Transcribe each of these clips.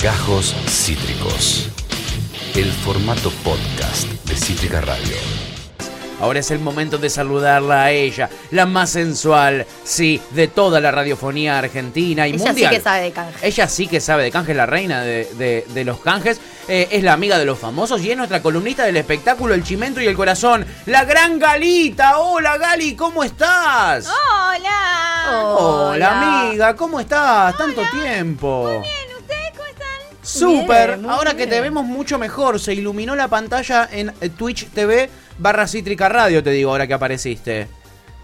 Gajos Cítricos. El formato podcast de Cítrica Radio. Ahora es el momento de saludarla a ella, la más sensual, sí, de toda la radiofonía argentina y Ella mundial. sí que sabe de canje. Ella sí que sabe de canjes, la reina de, de- de los canjes. Eh, es la amiga de los famosos y es nuestra columnista del espectáculo El Chimento y el Corazón, la gran Galita. Hola Gali, ¿cómo estás? Hola. Hola amiga, ¿cómo estás? Tanto tiempo. Bien, ¿ustedes cómo están? Súper. Bien, muy Ahora que bien. te vemos mucho mejor, se iluminó la pantalla en eh, Twitch TV barra Cítrica Radio, te digo, ahora que apareciste.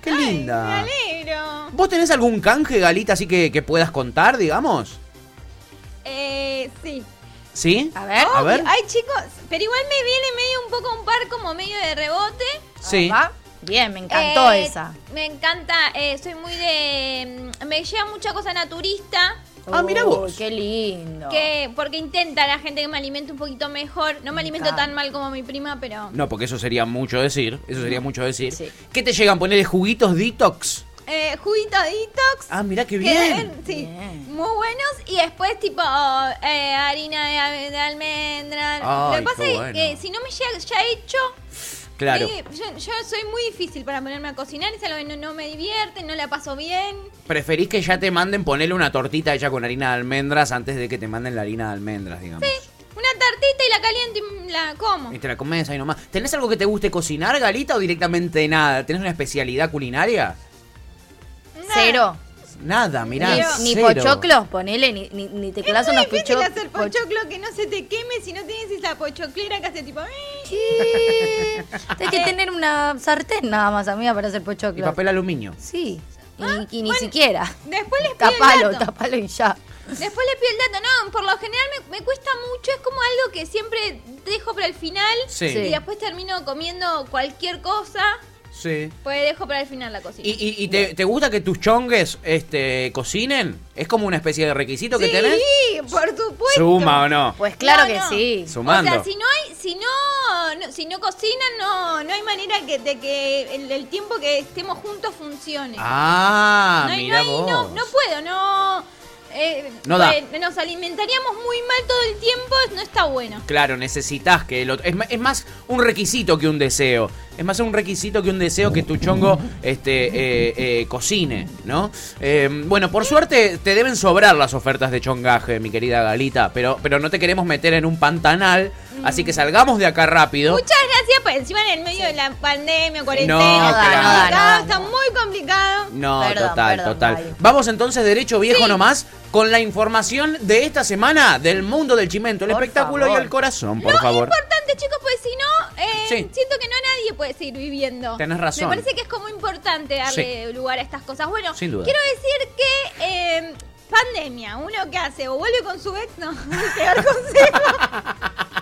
Qué linda. Ay, me alegro. ¿Vos tenés algún canje, Galita, así que, que puedas contar, digamos? Eh, sí. ¿Sí? A ver. A ver. Ay, chicos, pero igual me viene medio un poco un par como medio de rebote. Sí. ¿Va? Bien, me encantó Eh, esa. Me encanta, eh, soy muy de... mm, Me lleva mucha cosa naturista, Ah, mirá vos. Uy, Qué lindo. que porque intenta la gente que me alimente un poquito mejor. No me alimento encanta. tan mal como mi prima, pero... No, porque eso sería mucho decir. Eso sería mucho decir. Sí. ¿Qué te llegan? ¿Ponerle juguitos detox? Eh, juguito detox. Ah, mirá qué que bien. deben- sí, Bien. muy buenos. Y después, tipo, eh, harina de, al- de almendra. Ay, Lo que pasa qué es bueno. que si no me llega ya hecho, Claro. eh, yo, yo soy muy difícil para ponerme a cocinar. Es algo que no, no me divierte, no la paso bien. ¿Preferís que ya te manden ponerle una tortita hecha con harina de almendras antes de que te manden la harina de almendras, digamos? Una tartita y la caliento y la como. Y te la comes ahí nomás. ¿Tenés algo que te guste cocinar, Galita, o directamente nada? ¿Tenés una especialidad culinaria? Cero. Nada, mirá. Cero. Ni cero. pochoclos, ponele, ni, ni, ni te clavas es muy unos difícil pochoclos. hacer pochoclo que no se te queme si no tienes esa pochoclera que hace tipo... "Eh". Tienes que tener una sartén nada más, amiga, para hacer pochoclos. Y papel aluminio. Sí. Y, y ni Ah, siquiera. Después les pido el Tapalo, dato. tapalo y ya. Después les pido el dato, no, por lo general me, me cuesta mucho, es como algo que siempre dejo para el final Sí. Sí. y después termino comiendo cualquier cosa, Sí. pues dejo para el final la cocina. ¿Y, y- y te, te gusta que tus chongues este, cocinen? ¿Es como una especie de requisito que sí, tenés? por supuesto. ¿Suma o no? Pues claro No, que no. sí. Sumando. O sea, si no hay, si no, no- si no cocinan, no, no hay manera que, de que el, el tiempo que estemos juntos funcione. Ah, no, hay- no mira hay- vos. no, no puedo, no. eh, No da. pues, Nos alimentaríamos muy mal todo el tiempo, no está bueno. Claro, necesitas que el otro. Es, ma- es más un requisito que un deseo. Es más un requisito que un deseo que tu chongo este, eh, eh, cocine, ¿no? Eh, bueno, por suerte te deben sobrar las ofertas de chongaje, mi querida Galita, pero, pero no te queremos meter en un pantanal, así que salgamos de acá rápido. Muchas gracias, pues encima en el medio de la pandemia, cuarentena, No, está claro. complicado, No, no, está muy complicado. No, Perdón, total, perdón, total. Mario. Vamos entonces derecho viejo Sí. nomás con la información de esta semana del mundo del chimento, el Por espectáculo favor. y el corazón, por no, favor. importante, chicos, pues si no, eh, Sí. siento que no nadie puede seguir viviendo. Tenés razón. Me parece que es como importante darle lugar a estas cosas. Bueno, Sin duda. quiero decir que eh, pandemia, uno que hace, o vuelve con su ex, no, peor consejo.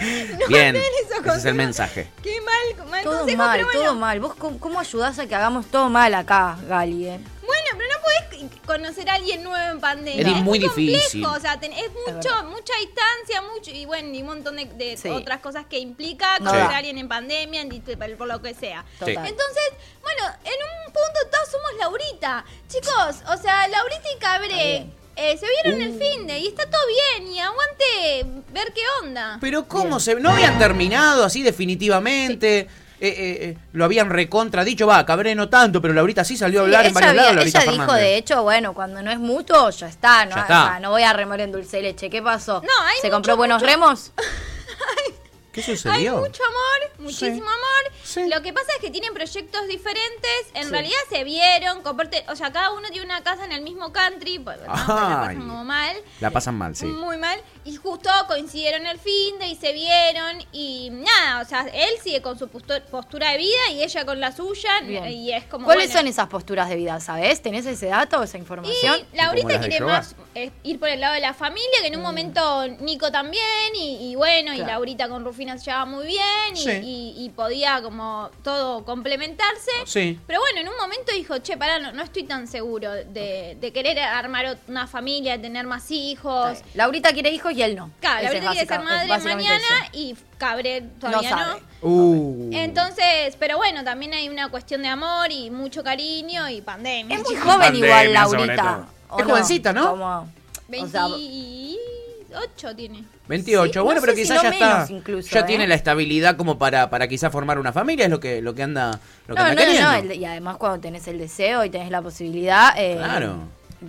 No Bien, den esos ese es el consejos. mensaje. Qué mal, mal Todo consejo, mal, pero bueno. todo mal. ¿Vos cómo, cómo ayudás a que hagamos todo mal acá, Gali? eh? Bueno, pero no podés conocer a alguien nuevo en pandemia. Es di- muy complejo, difícil. O sea, ten- es mucho, verdad. mucha distancia, mucho y bueno, y un montón de, de Sí. otras cosas que implica No conocer da. a alguien en pandemia, en dist- por- por lo que sea. Sí. Total. Entonces, bueno, en un punto todos somos Laurita. Chicos, o sea, Laurita y Está Cabré bien. eh, se Uh. vieron el fin de y está todo bien y aguante ver qué onda. Pero cómo se... No habían terminado así definitivamente. Eh, eh, eh, lo habían recontradicho, va, Cabré no tanto, pero Laurita sí salió a hablar Sí, en varios había- lados, Laurita ella dijo, Fernández. de hecho, bueno, cuando no es mutuo, ya está, no, Ya está. O sea, no voy a remar en dulce de leche. ¿Qué pasó? No, hay ¿Se mucho, compró buenos remos? ¿Qué Hay sucedió? mucho amor, muchísimo amor. Sí. Lo que pasa es que tienen proyectos diferentes. En Sí. realidad se vieron, comparte, o sea, cada uno tiene una casa en el mismo country, pues, ¿no? Pero la Ay. pasan como mal. La pasan mal, sí. Muy mal. Y justo coincidieron el fin de y se vieron. Y nada, o sea, él sigue con su postu- postura de vida y ella con la suya. Bien. Y es como. ¿Cuáles bueno, son esas posturas de vida, sabes? ¿Tenés ese dato, esa información? y Laurita las de quiere yoga. más eh, ir por el lado de la familia, que en un momento Nico también, y, y bueno, Mm. y Claro. Laurita con Rufina se llevaba muy bien, y, Sí. y- y podía como todo complementarse. Sí. Pero bueno, en un momento dijo, che, pará, no, no estoy tan seguro de, de querer armar ot- una familia, de tener más hijos. Está bien. Laurita quiere hijos y él no. Claro, Ese es Laurita quiere básica- ser es madre básicamente mañana eso. y Cabré todavía sabe. no. Uh. Entonces, pero bueno, también hay una cuestión de amor y mucho cariño y pandemia. Es muy chicos. joven Pandemia, igual, Laurita. sobre todo. ¿o Es jovencita, ¿no? Como- O sea, 28 tiene. 28. Sí, bueno, no pero sé si quizás ya no está. menos incluso, ya ¿eh? tiene la estabilidad como para, para quizás formar una familia, es lo que, lo que anda, lo que No, no, anda no, queriendo. el- Y además cuando tenés el deseo y tenés la posibilidad, eh, Claro.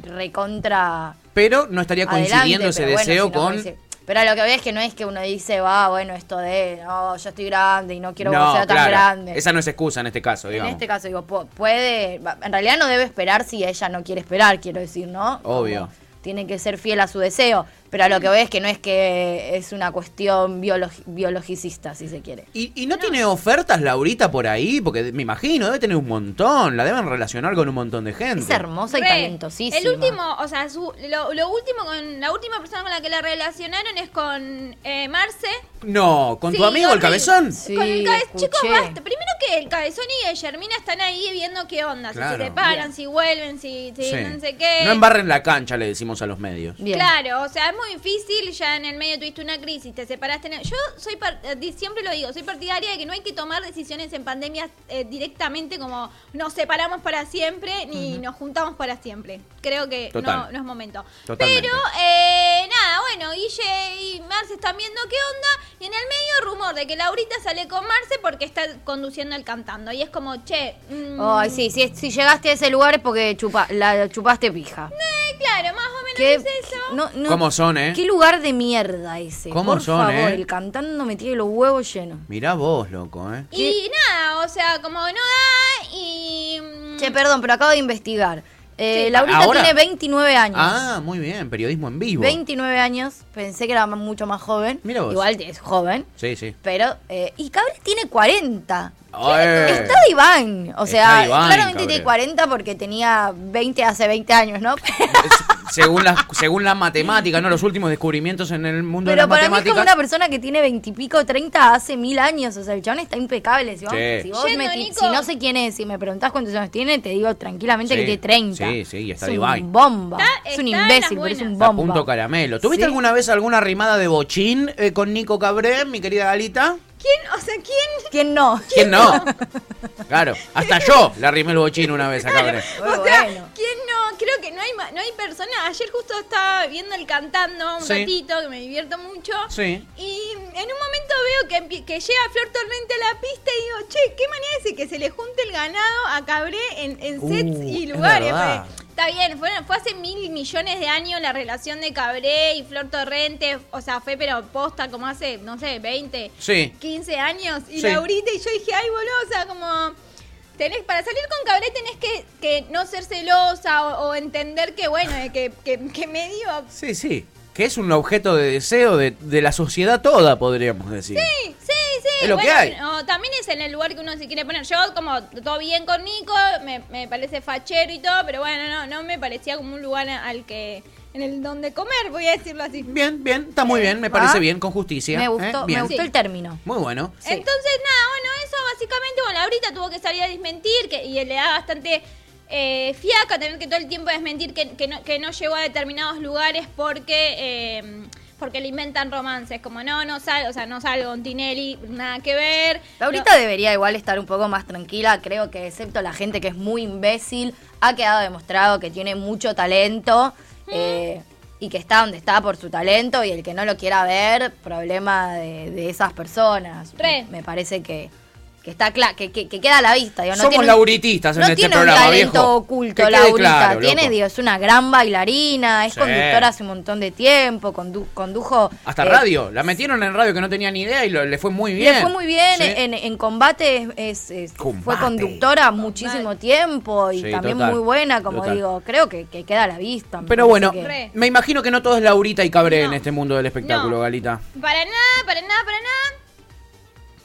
recontra Pero no estaría adelante, coincidiendo ese pero bueno, deseo si no con. coincide. Pero a lo que veo es que no es que uno dice, va, bueno, esto de, no, yo estoy grande y no quiero que No, sea tan claro, grande. Esa no es excusa en este caso, en digamos. este caso, digo, pu- puede, va, en realidad no debe esperar si ella no quiere esperar, quiero decir, ¿no? Obvio. Como tiene que ser fiel a su deseo, pero a lo que veo es que no es que es una cuestión biologi- biologicista, si se quiere. ¿Y, y no, tiene ofertas Laurita por ahí? Porque me imagino, debe tener un montón. La deben relacionar con un montón de gente. Es hermosa y Re. talentosísima. El último, o sea, su- lo, lo último con la última persona con la que la relacionaron es con eh, Marce. No, ¿con tu Sí, amigo el horrible. cabezón? Sí, con el cabe- lo Chicos, escuché. basta. Primero que el cabezón y el Germina están ahí viendo qué onda. Si Claro. se separan, si vuelven, si, si Sí. no sé qué. No embarren la cancha, le decimos a los medios. Bien. Claro, o sea, es muy difícil, ya en el medio tuviste una crisis, te separaste. en el- Yo soy par- eh, di- siempre lo digo, soy partidaria de que no hay que tomar decisiones en pandemias eh, directamente como nos separamos para siempre ni nos juntamos para siempre. Creo que Total. no, no es momento. Totalmente. Pero, eh, nada, bueno, Guille y Marce están viendo qué onda y en el medio rumor de que Laurita sale con Marce porque está conduciendo el cantando y es como, che... mm, Ay, sí, si, es- si llegaste a ese lugar es porque chupa, la chupaste pija. eh, claro, más o menos ¿Qué, es eso. no, no- ¿Cómo son, eh? Qué lugar de mierda ese. ¿Cómo Por son, favor, eh? el cantando me tiene los huevos llenos. Mirá vos, loco, ¿eh? Y nada, o sea, como no da y... mm, Che, perdón, pero acabo de investigar. Eh, Sí. Laurita Ah, ¿Ahora? tiene 29 años. Ah, muy bien, periodismo en vivo. 29 años. Pensé que era ma- mucho más joven. Mira vos. Igual es joven. Sí, sí. Pero, eh, y Cabrera tiene 40. ¡Ay! Está Diván. O Eh. Está sea, Diván, claramente Cabrera. tiene 40 porque tenía 20 hace 20 años, ¿no? Es- según la, según la matemática, ¿no? Los últimos descubrimientos en el mundo de Pero la para mí es como matemática. una persona que tiene veintipico, treinta, hace mil años. O sea, el chabón está impecable. Si, vos- Sí. si, vos Yendo, me ti- Nico. si no sé quién es, si me preguntás cuántos años tiene, te digo tranquilamente Sí, que tiene 30. sí, sí, y está es Ibai. un bomba. Está- es un está en las imbécil, pero es buenas. un Está a bomba. punto caramelo. ¿Tuviste Sí. alguna vez alguna rimada de bochín eh, con Nico Cabré, mi querida Galita? ¿Quién? O sea, ¿quién? ¿Quién no? ¿Quién no? Claro, hasta yo le arrimé el bochín una vez a Cabré. Muy o sea, bueno. ¿quién no? Creo que no hay ma- no hay persona. Ayer justo estaba viendo el cantando un Sí. ratito, que me divierto mucho. Sí. Y en un momento veo que, empie- que llega Flor Torrente a la pista y digo, che, qué manera es que se le junte el ganado a Cabré en, en Uh, sets y es lugares. verdad. porque Está bien, fue, fue hace mil millones de años la relación de Cabré y Flor Torrente, o sea, fue pero posta como hace, no sé, 20, Sí. 15 años. Y Sí. Laurita y yo dije, ay, boludo, o sea, como... Tenés, para salir con Cabré tenés que, que no ser celosa o, o entender que, bueno, eh, que, que, que medio... Sí, sí. Que es un objeto de deseo de, de la sociedad toda, podríamos decir. Sí, sí. Es lo que bueno, hay. no, también es en el lugar que uno se quiere poner. Yo, como todo bien con Nico, me, me parece fachero y todo, pero bueno, no, no me parecía como un lugar al que. en el donde comer, voy a decirlo así. Bien, bien, está muy bien, me parece ¿Va? bien, con justicia. Ah. Me ¿eh? gustó, Bien. me gustó el término. Muy bueno. Sí. Entonces, nada, bueno, eso básicamente, bueno, Laurita tuvo que salir a desmentir que, y le da bastante eh, fiaca tener que todo el tiempo desmentir que, que no, que no llegó a determinados lugares porque eh, porque le inventan romances, como no, no salgo, o sea, no salgo con Tinelli, nada que ver. Laurita debería igual estar un poco más tranquila, creo que excepto la gente que es muy imbécil, ha quedado demostrado que tiene mucho talento eh, y que está donde está por su talento y el que no lo quiera ver, problema de, de esas personas. Re. Me parece que, que está cla- que, que- que queda a la vista. digo, no Somos tiene un- lauritistas en no este tiene programa, un talento viejo. Que oculto, quede Laurita. claro, tiene, loco. digo, es una gran bailarina, es Sí. conductora hace un montón de tiempo, condu- condujo... Hasta eh, radio, la metieron en radio que no tenía ni idea y lo- le fue muy bien. le fue muy bien Sí. en, en combate, es, es- fue Combate. conductora muchísimo tiempo y Sí, también total, muy buena, como total. digo, creo que, que queda a la vista. me Pero parece bueno, que- Re. me imagino que no todo es Laurita y Cabré No. en este mundo del espectáculo, No. Galita. Para nada, para nada, para nada.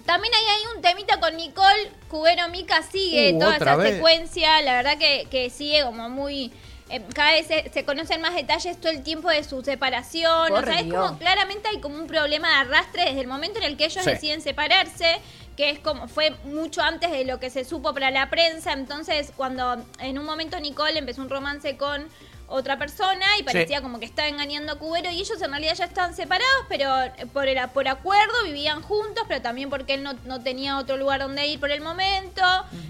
También ahí hay un temita con Nicole Cubero Mica sigue Uh, toda otra esa vez. secuencia, la verdad que, que sigue como muy eh, cada vez se, se conocen más detalles todo el tiempo de su separación, Por o sea, es Dios. como claramente hay como un problema de arrastre desde el momento en el que ellos Sí. deciden separarse, que es como fue mucho antes de lo que se supo para la prensa, entonces cuando en un momento Nicole empezó un romance con otra persona y parecía como que estaba engañando a Cubero y ellos en realidad ya estaban separados, pero eh, por, el, por acuerdo vivían juntos, pero también porque él no, no tenía otro lugar donde ir por el momento.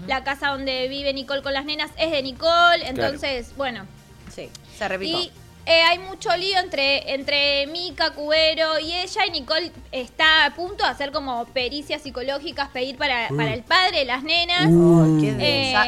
La casa donde vive Nicole con las nenas es de Nicole, entonces, bueno. Sí, se repicó. Y eh, hay mucho lío entre, entre Mica, Cubero y ella, y Nicole está a punto de hacer como pericias psicológicas, pedir para, para el padre, las nenas. Ay, qué densa.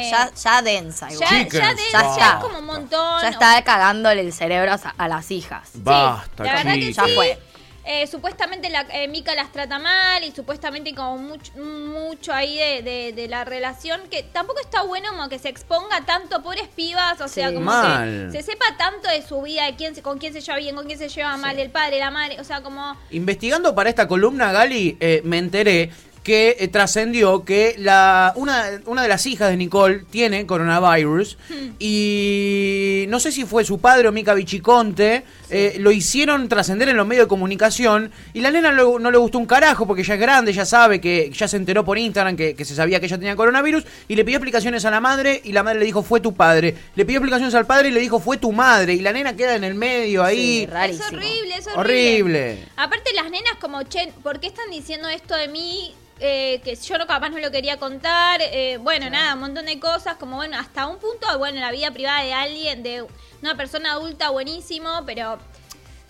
Eh, ya, ya densa igual. Ya, ya, Chicas, de- ya ya está. es como un montón. Ya está cagándole el cerebro a, a las hijas. Basta, la verdad que chicas. Ya fue. Eh, supuestamente la, eh, Mika las trata mal y supuestamente como mucho, mucho ahí de, de- de la relación que tampoco está bueno como que se exponga tanto pobres pibas, o sea, Sí. como Mal. que se sepa tanto de su vida, de quién, se- con quién se lleva bien, con quién se lleva mal, el padre, la madre, o sea, como... Investigando para esta columna, Gali, eh, me enteré que eh, trascendió que la, una, una de las hijas de Nicole tiene coronavirus y no sé si fue su padre o Mica Vichiconte, eh, lo hicieron trascender en los medios de comunicación y la nena lo- no le gustó un carajo porque ya es grande, ya sabe que ya se enteró por Instagram que, que se sabía que ella tenía coronavirus y le pidió explicaciones a la madre y la madre le dijo fue tu padre, le pidió explicaciones al padre y le dijo fue tu madre y la nena queda en el medio ahí. Sí, rarísimo. Es horrible, es horrible. horrible. Aparte las nenas como, che, ¿por qué están diciendo esto de mí? Eh, que yo no capaz no lo quería contar. Eh, bueno, nada, un montón de cosas. Como, bueno, hasta un punto, bueno, la vida privada de alguien, de una persona adulta, buenísimo, pero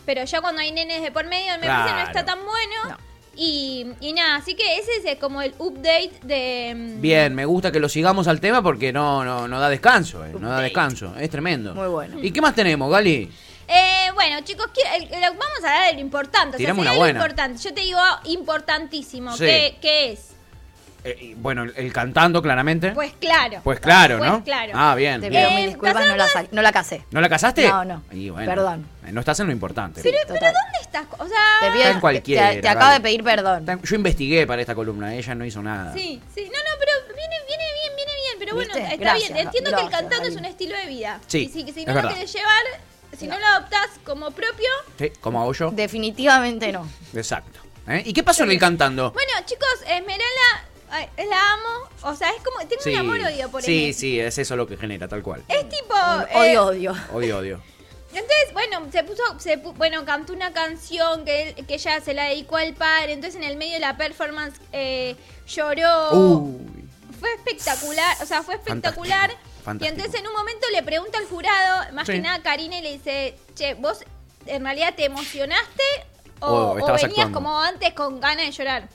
pero ya cuando hay nenes de por medio, me parece no Claro. está tan bueno. No. Y, y nada, así que ese es eh, como el update de... mm, Bien, me gusta que lo sigamos al tema porque no, no, no da descanso, eh, no da descanso, es tremendo. Muy bueno. ¿Y qué más tenemos, Gali? Eh, bueno, chicos, qui- el- el- vamos a hablar de lo importante. O sea, Tirame sería una lo buena. importante. Yo te digo importantísimo. Sí. ¿Qué, qué es? Eh, y, bueno, el, el cantando, claramente. Pues, Pues claro. claro, ¿no? Pues claro. Ah, bien. Te bien. pido Eh, mil disculpas, pasando no la, a- sa- no la casé. ¿No la casaste? No, no. Y bueno, Perdón. eh, No estás en lo importante. ¿Pero Total. dónde estás? O sea... Te, pido- Está en cualquiera, te- te acabo vale. de pedir perdón. Está- Yo investigué para esta columna, ella no hizo nada. Sí, sí. No, no, pero viene, viene bien, viene bien. Pero bueno, ¿Viste? está Gracias, bien. Entiendo que el gracias, cantando es Darín. un estilo de vida. Sí, Y si, si es no lo verdad. querés llevar, si no, lo adoptás como propio... Sí, ¿Cómo hago yo? Definitivamente no. Exacto. ¿Eh? ¿Y qué pasó en el cantando? Bueno, chicos, Esmeralda, ay, la amo. O sea, es como... Tengo sí, un amor-odio por sí, Esme. sí, es eso lo que genera, tal cual. Es tipo... eh, Odio, odio. Odio, odio. Entonces, bueno, se puso, se pu- bueno, cantó una canción que, él- que ella se la dedicó al padre, entonces en el medio de la performance eh, lloró. Uy. Fue espectacular, o sea, fue espectacular. Fantástico, fantástico. Y entonces en un momento le pregunta al jurado, más Sí. que nada Karina, y le dice, che, vos en realidad te emocionaste o, O o estabas venías actuando". como antes con ganas de llorar.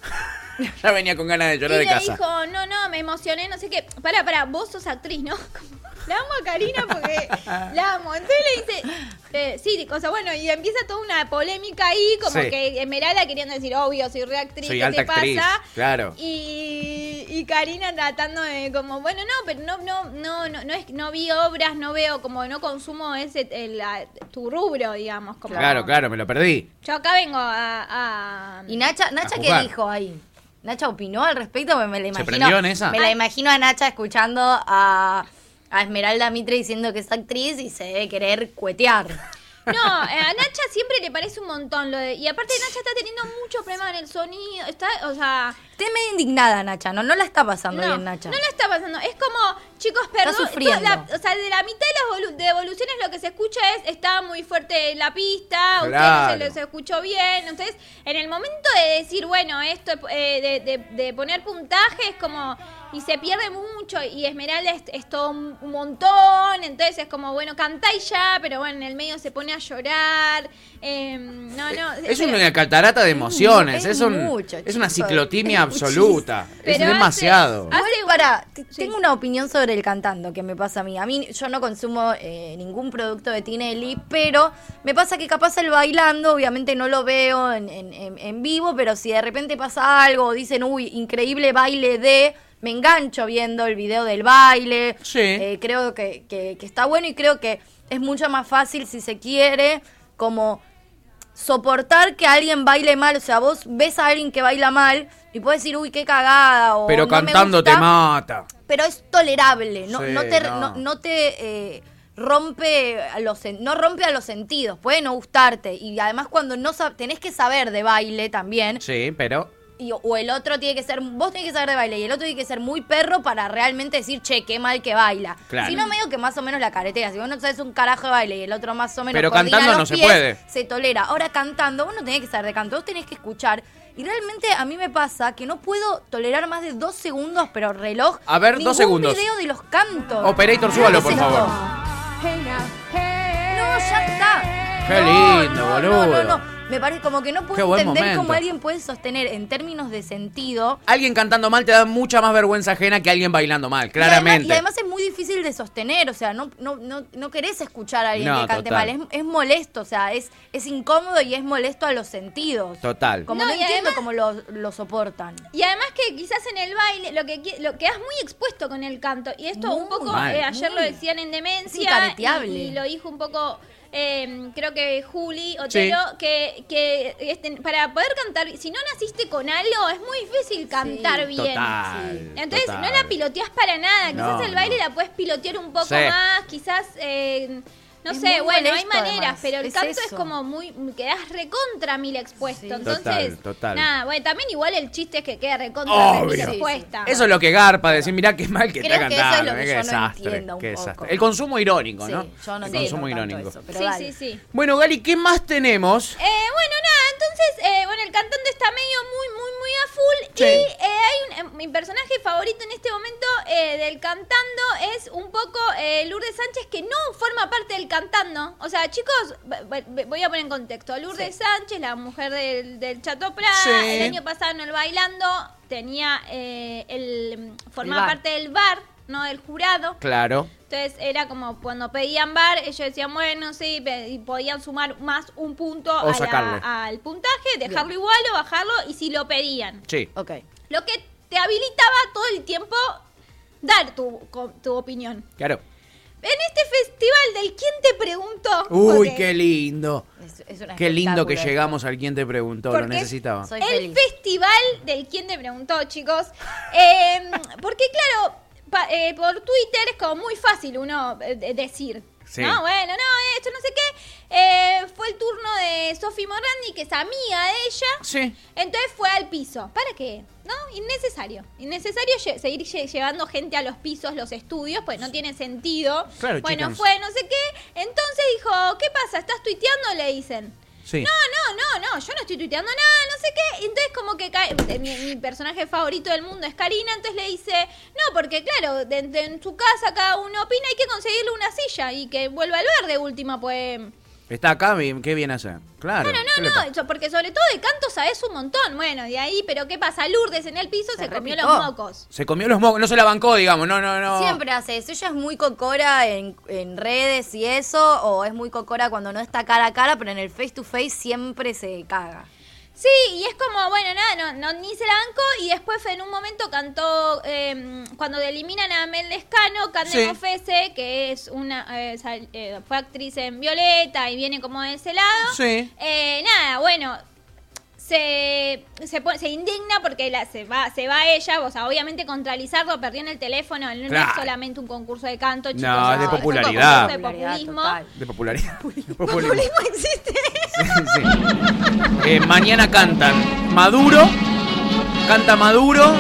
Ya venía con ganas de Y llorar le de casa. dijo, no, no, me emocioné, no sé qué. Pará, pará, vos sos actriz, ¿no? Como, La amo a Karina porque la amo. Entonces le dice, eh, sí, cosa bueno, y empieza toda una polémica ahí, como Sí. que Esmeralda queriendo decir, obvio, soy re actriz, Soy ¿qué alta te actriz, pasa? claro. Y, y Karina tratando de como, bueno, no, pero no, no, no, no, no es, no vi obras, no veo, como no consumo ese el, la- tu rubro, digamos. Como, Claro, claro, me lo perdí. Yo acá vengo a- a ¿Y Nacha, Nacha A qué jugar. dijo ahí? ¿Nacha opinó al respecto? Me, me la imagino, prendió en esa? Me la imagino a Nacha escuchando a, a Esmeralda Mitre diciendo que es actriz y se debe querer cuetear. No, eh, a Nacha siempre le parece un montón lo de. Y aparte Nacha está teniendo muchos problemas en el sonido. Está, o sea. Estoy medio indignada, Nacha, ¿no? No la está pasando No, bien, Nacha. no la está pasando. Es como, chicos, perdón. toda sufriendo. la- o sea, de la mitad de las volu- de evoluciones lo que se escucha es, está muy fuerte la pista, usted no se Claro. los escuchó bien. Entonces, en el momento de decir, bueno, esto, eh, de, de- de poner puntaje, es como, y se pierde mucho, y Esmeralda es, es todo un un montón, entonces es como, bueno, cantáis ya, pero bueno, en el medio se pone a llorar. eh, no, no. eh, Es pero- una catarata de emociones, es es, un- mucho, es una chico, ciclotimia es absoluta, es Pero hace- demasiado. hace- Igual, pará, t- Sí. tengo una opinión sobre el cantando que me pasa a mí. A mí yo no consumo eh, ningún producto de Tinelli, pero me pasa que capaz el bailando, obviamente no lo veo en, en- en- en vivo, pero si de repente pasa algo, dicen, uy, increíble baile de... Me engancho viendo el video del baile. Sí. Eh, creo que, que- que está bueno y creo que es mucho más fácil si se quiere como soportar que alguien baile mal. O sea, vos ves a alguien que baila mal y puedes decir, uy, qué cagada. O, Pero "No me cantando te gusta", mata. Pero es tolerable, no, Sí, no te, no. no- no te eh, rompe a los sen- no rompe a los sentidos, puede no gustarte. Y además cuando no sab- tenés que saber de baile también, Sí, pero y- o el otro tiene que ser, vos tenés que saber de baile y el otro tiene que ser muy perro para realmente decir, che, qué mal que baila. Claro. Si no, medio que más o menos la caretea. Si vos no sabes un carajo de baile y el otro más o menos Pero coordina cantando los no se pies, puede. Se tolera. Ahora cantando, vos no tenés que saber de canto, vos tenés que escuchar. Y realmente a mí me pasa que no puedo tolerar más de dos segundos, pero reloj. A ver, dos ningún segundos. video de los cantos. Operator, ¿Qué súbalo, es por esto? favor. No, ya está. Qué No, lindo, no, boludo. No, no, no. Me parece como que no Qué puedo buen entender momento. cómo alguien puede sostener en términos de sentido. Alguien cantando mal te da mucha más vergüenza ajena que alguien bailando mal, Y además- claramente. Y además, es muy difícil de sostener, o sea, no, no, no, no querés escuchar a alguien No, que cante total. mal, es, es molesto, o sea, es, es incómodo y es molesto a los sentidos. Total. Como No, no, y entiendo además- cómo lo, lo soportan. Y además que quizás en el baile lo que qui- lo quedas muy expuesto con el canto. Y esto Muy, un poco, mal. eh, ayer muy. lo decían en Es Demencia incareteable. y, y lo dijo un poco, eh, creo que Juli Otero, Sí. que, que este, para poder cantar, si no naciste con algo, es muy difícil cantar Sí. bien. Total. Entonces total. no la piloteas para nada, No, quizás el baile no. la puedes pilotear un poco Sí. más, quizás... eh, no Es sé, muy bueno, hay molesto, maneras, además. pero el Es canto es eso. como muy, quedás recontra mil expuesto. Sí. Entonces, Total, total. nada, Ah, bueno, también igual el chiste es que queda recontra Obvio. remil Sí, sí. expuesta. Eso es lo que garpa, decir, mirá qué mal que Creo está que eso es cantando. lo que qué yo no desastre, entiendo un qué poco. desastre. El consumo irónico, Sí, ¿no? yo no El entiendo consumo tanto irónico. eso, pero Sí, dale. sí, sí. Bueno, Gali, ¿qué más tenemos? Eh, bueno, nada, entonces, eh, bueno, el cantante está medio muy, muy, muy a full. Sí. Y eh, hay un, eh, mi personaje favorito en este momento eh, del cantando es un poco eh, Lourdes Sánchez, que no forma parte del cantando. O sea, chicos, b- b- voy a poner en contexto. Lourdes Sánchez, la mujer del, del Chato Prada, Sí. el año pasado en el bailando, tenía eh, el formaba bar. parte del bar, no del jurado. Claro. Entonces era como cuando pedían bar, ellos decían, bueno, sí, pe- y podían sumar más un punto O a la- sacarle. al puntaje, dejarlo igual o bajarlo, y si lo pedían. Sí. Ok. Lo que te habilitaba todo el tiempo dar tu, co- tu opinión. Claro. En este festival del ¿Quién te preguntó? Uy, Porque qué lindo. Es, es un Qué lindo que espectáculo. llegamos al quien te preguntó, lo Porque es- necesitaba. Soy el feliz. festival del quién te preguntó, chicos. Eh, porque, claro, pa- eh, por Twitter es como muy fácil uno eh, de- decir. Sí. No, bueno, no, esto no sé qué. Eh, fue el turno de Sofi Morandi, que es amiga de ella. Sí. Entonces fue al piso. ¿Para qué? ¿No? Innecesario. Innecesario lle- seguir lle- llevando gente a los pisos, los estudios, pues no tiene sentido. Claro, bueno, chicas. fue no sé qué. Entonces dijo, ¿qué pasa? ¿Estás tuiteando? Le dicen. Sí. No, no, no, no, yo no estoy tuiteando nada, no sé qué. Entonces como que cae, eh, mi, mi personaje favorito del mundo es Karina, entonces le dice, no, porque claro, de- de- en su casa cada uno opina, hay que conseguirle una silla y que vuelva al bar de última, pues... Está acá, bien- qué bien hacer. Claro. No, ¿qué le no, pasa? no, yo- porque sobre todo de canto sabes un montón. Bueno, de ahí, pero ¿qué pasa? Lourdes en el piso se, Se comió repicó. los mocos. Se comió los mocos, no se la bancó, digamos. No, no, no. Siempre hace eso. Ella es muy cocora en, en redes y eso, o es muy cocora cuando no está cara a cara, pero en el face to face siempre se caga. Sí, y es como, bueno, nada, no, no- ni se la bancó. Y después en un momento cantó, eh, cuando eliminan a Mel Lescano, Cande Sí. Mofese, que es una, eh, sal- eh, fue actriz en Violeta y viene como de ese lado. Sí. Eh, nada, bueno, se, se, pone- se indigna porque la, se, va, se va ella, o sea, obviamente contralizarlo, perdió en el teléfono, no Claro. es solamente un concurso de canto, chicos. No, Ah, es de un popularidad. concurso de populismo. total. De popularidad. Populismo. Populismo existe. Sí. Eh, mañana cantan Maduro, canta Maduro,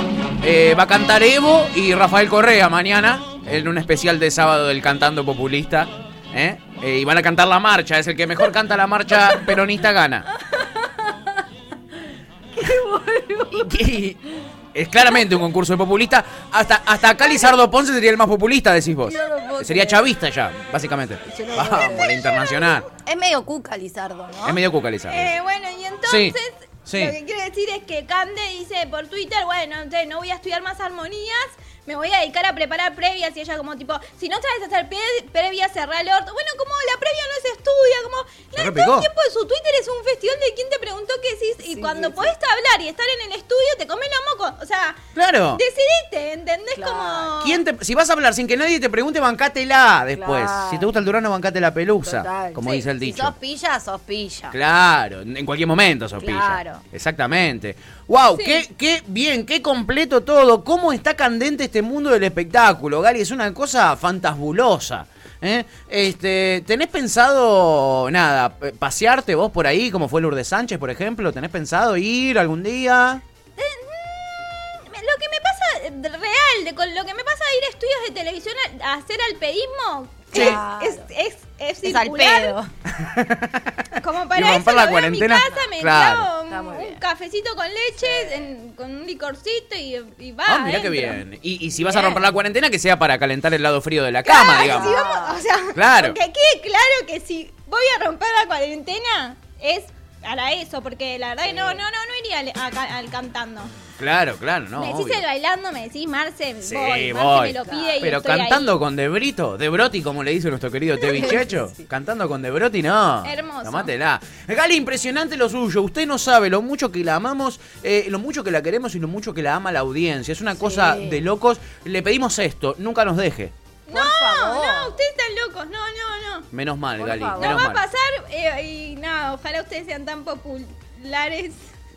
eh, va a cantar Evo y Rafael Correa mañana en un especial de sábado del Cantando Populista. ¿eh? Eh, y van a cantar la marcha, es el que mejor canta la marcha peronista gana. Y- Es claramente un concurso de populista. Hasta, hasta acá Lizardo Ponce sería el más populista, decís vos. No lo puedo Sería creer. chavista ya, básicamente. Vamos, la internacional. Es medio cuca, Lizardo, ¿no? Es medio cuca Lizardo. Eh, bueno, y entonces sí. lo que quiere decir es que Cande dice por Twitter, bueno, entonces no voy a estudiar más armonías, me voy a dedicar a preparar previas y ella como tipo, si no sabes hacer pre- previas, cerrar el orto. Bueno, como la previa no se estudia, como nada, repicó. todo el tiempo en su Twitter es un festival de quién te preguntó qué decís y Sí, cuando sí. podés hablar y estar en el estudio te comes la moco, o sea, Claro. decidiste, ¿entendés? Claro. Como... ¿Quién te- si vas a hablar sin que nadie te pregunte, bancátela después. Claro. Si te gusta el Durano, bancate la pelusa. Total. Como Sí, dice el Si sos dicho. pilla, sos pilla. Claro, en cualquier momento sos Claro. pilla. Exactamente. Wow, Sí. qué, qué bien, qué completo todo. Cómo está candente este mundo del espectáculo, Gali. Es una cosa fantasbulosa. ¿eh? Este, ¿Tenés pensado, nada, eh, pasearte vos por ahí, como fue Lourdes Sánchez, por ejemplo? ¿Tenés pensado ir algún día? Me- mm, Lo que me pasa eh, de- real, de, con lo que me pasa de ir a estudios de televisión a, a hacer alpedismo Sí. es, es, es, es Es al circular. pedo. Como Y para romper eso la lo veo en mi cuarentena, casa, me claro. Está clavo muy un, un bien. cafecito con leche, en- con un licorcito y, y va. Ah, mira qué adentro. bien. Y, y si vas a Bien. romper la cuarentena, que sea para calentar el lado frío de la Claro, cama, si digamos. vamos- o sea, Claro. Que quede claro que si voy a romper la cuarentena, es para eso, porque la verdad que no, no, no, no iría al, a ca- al cantando. Claro, claro, no. me decís obvio. el bailando, me decís Marce, Sí, voy. voy, Marce me lo pide y Pero estoy ahí. cantando con Debrito, Debroti, como le dice nuestro querido Tevichecho, cantando con Debroti, no. Hermoso. Tomátela. Gali, impresionante lo suyo. Usted no sabe lo mucho que la amamos, eh, lo mucho que la queremos y lo mucho que la ama la audiencia. Es una cosa de locos. Le pedimos esto, nunca nos deje. Por favor. No, ustedes están locos, no, no, no. Menos mal, Por Gali. favor. No Menos va a mal. pasar eh, y nada, ojalá ustedes sean tan populares.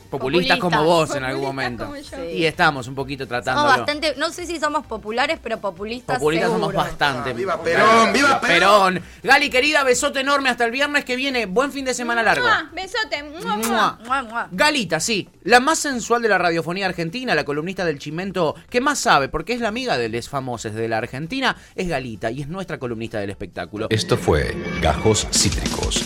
Populistas como vos Populistas. en algún Populistas momento. como yo. Sí. Y estamos un poquito Somos tratándolo. bastante, no sé si somos populares, pero populistas, Populistas somos seguro. bastante. Ah, viva Perón, viva Perón. Gali, querida, besote enorme hasta el viernes que viene. Buen fin de semana largo. Mua, Besote. mua, mua. Mua. Mua, mua. Galita, sí, la más sensual de la radiofonía argentina, la columnista del Chimento, que más sabe, porque es la amiga de les famosos de la Argentina, es Galita y es nuestra columnista del espectáculo. Esto fue Gajos Cítricos.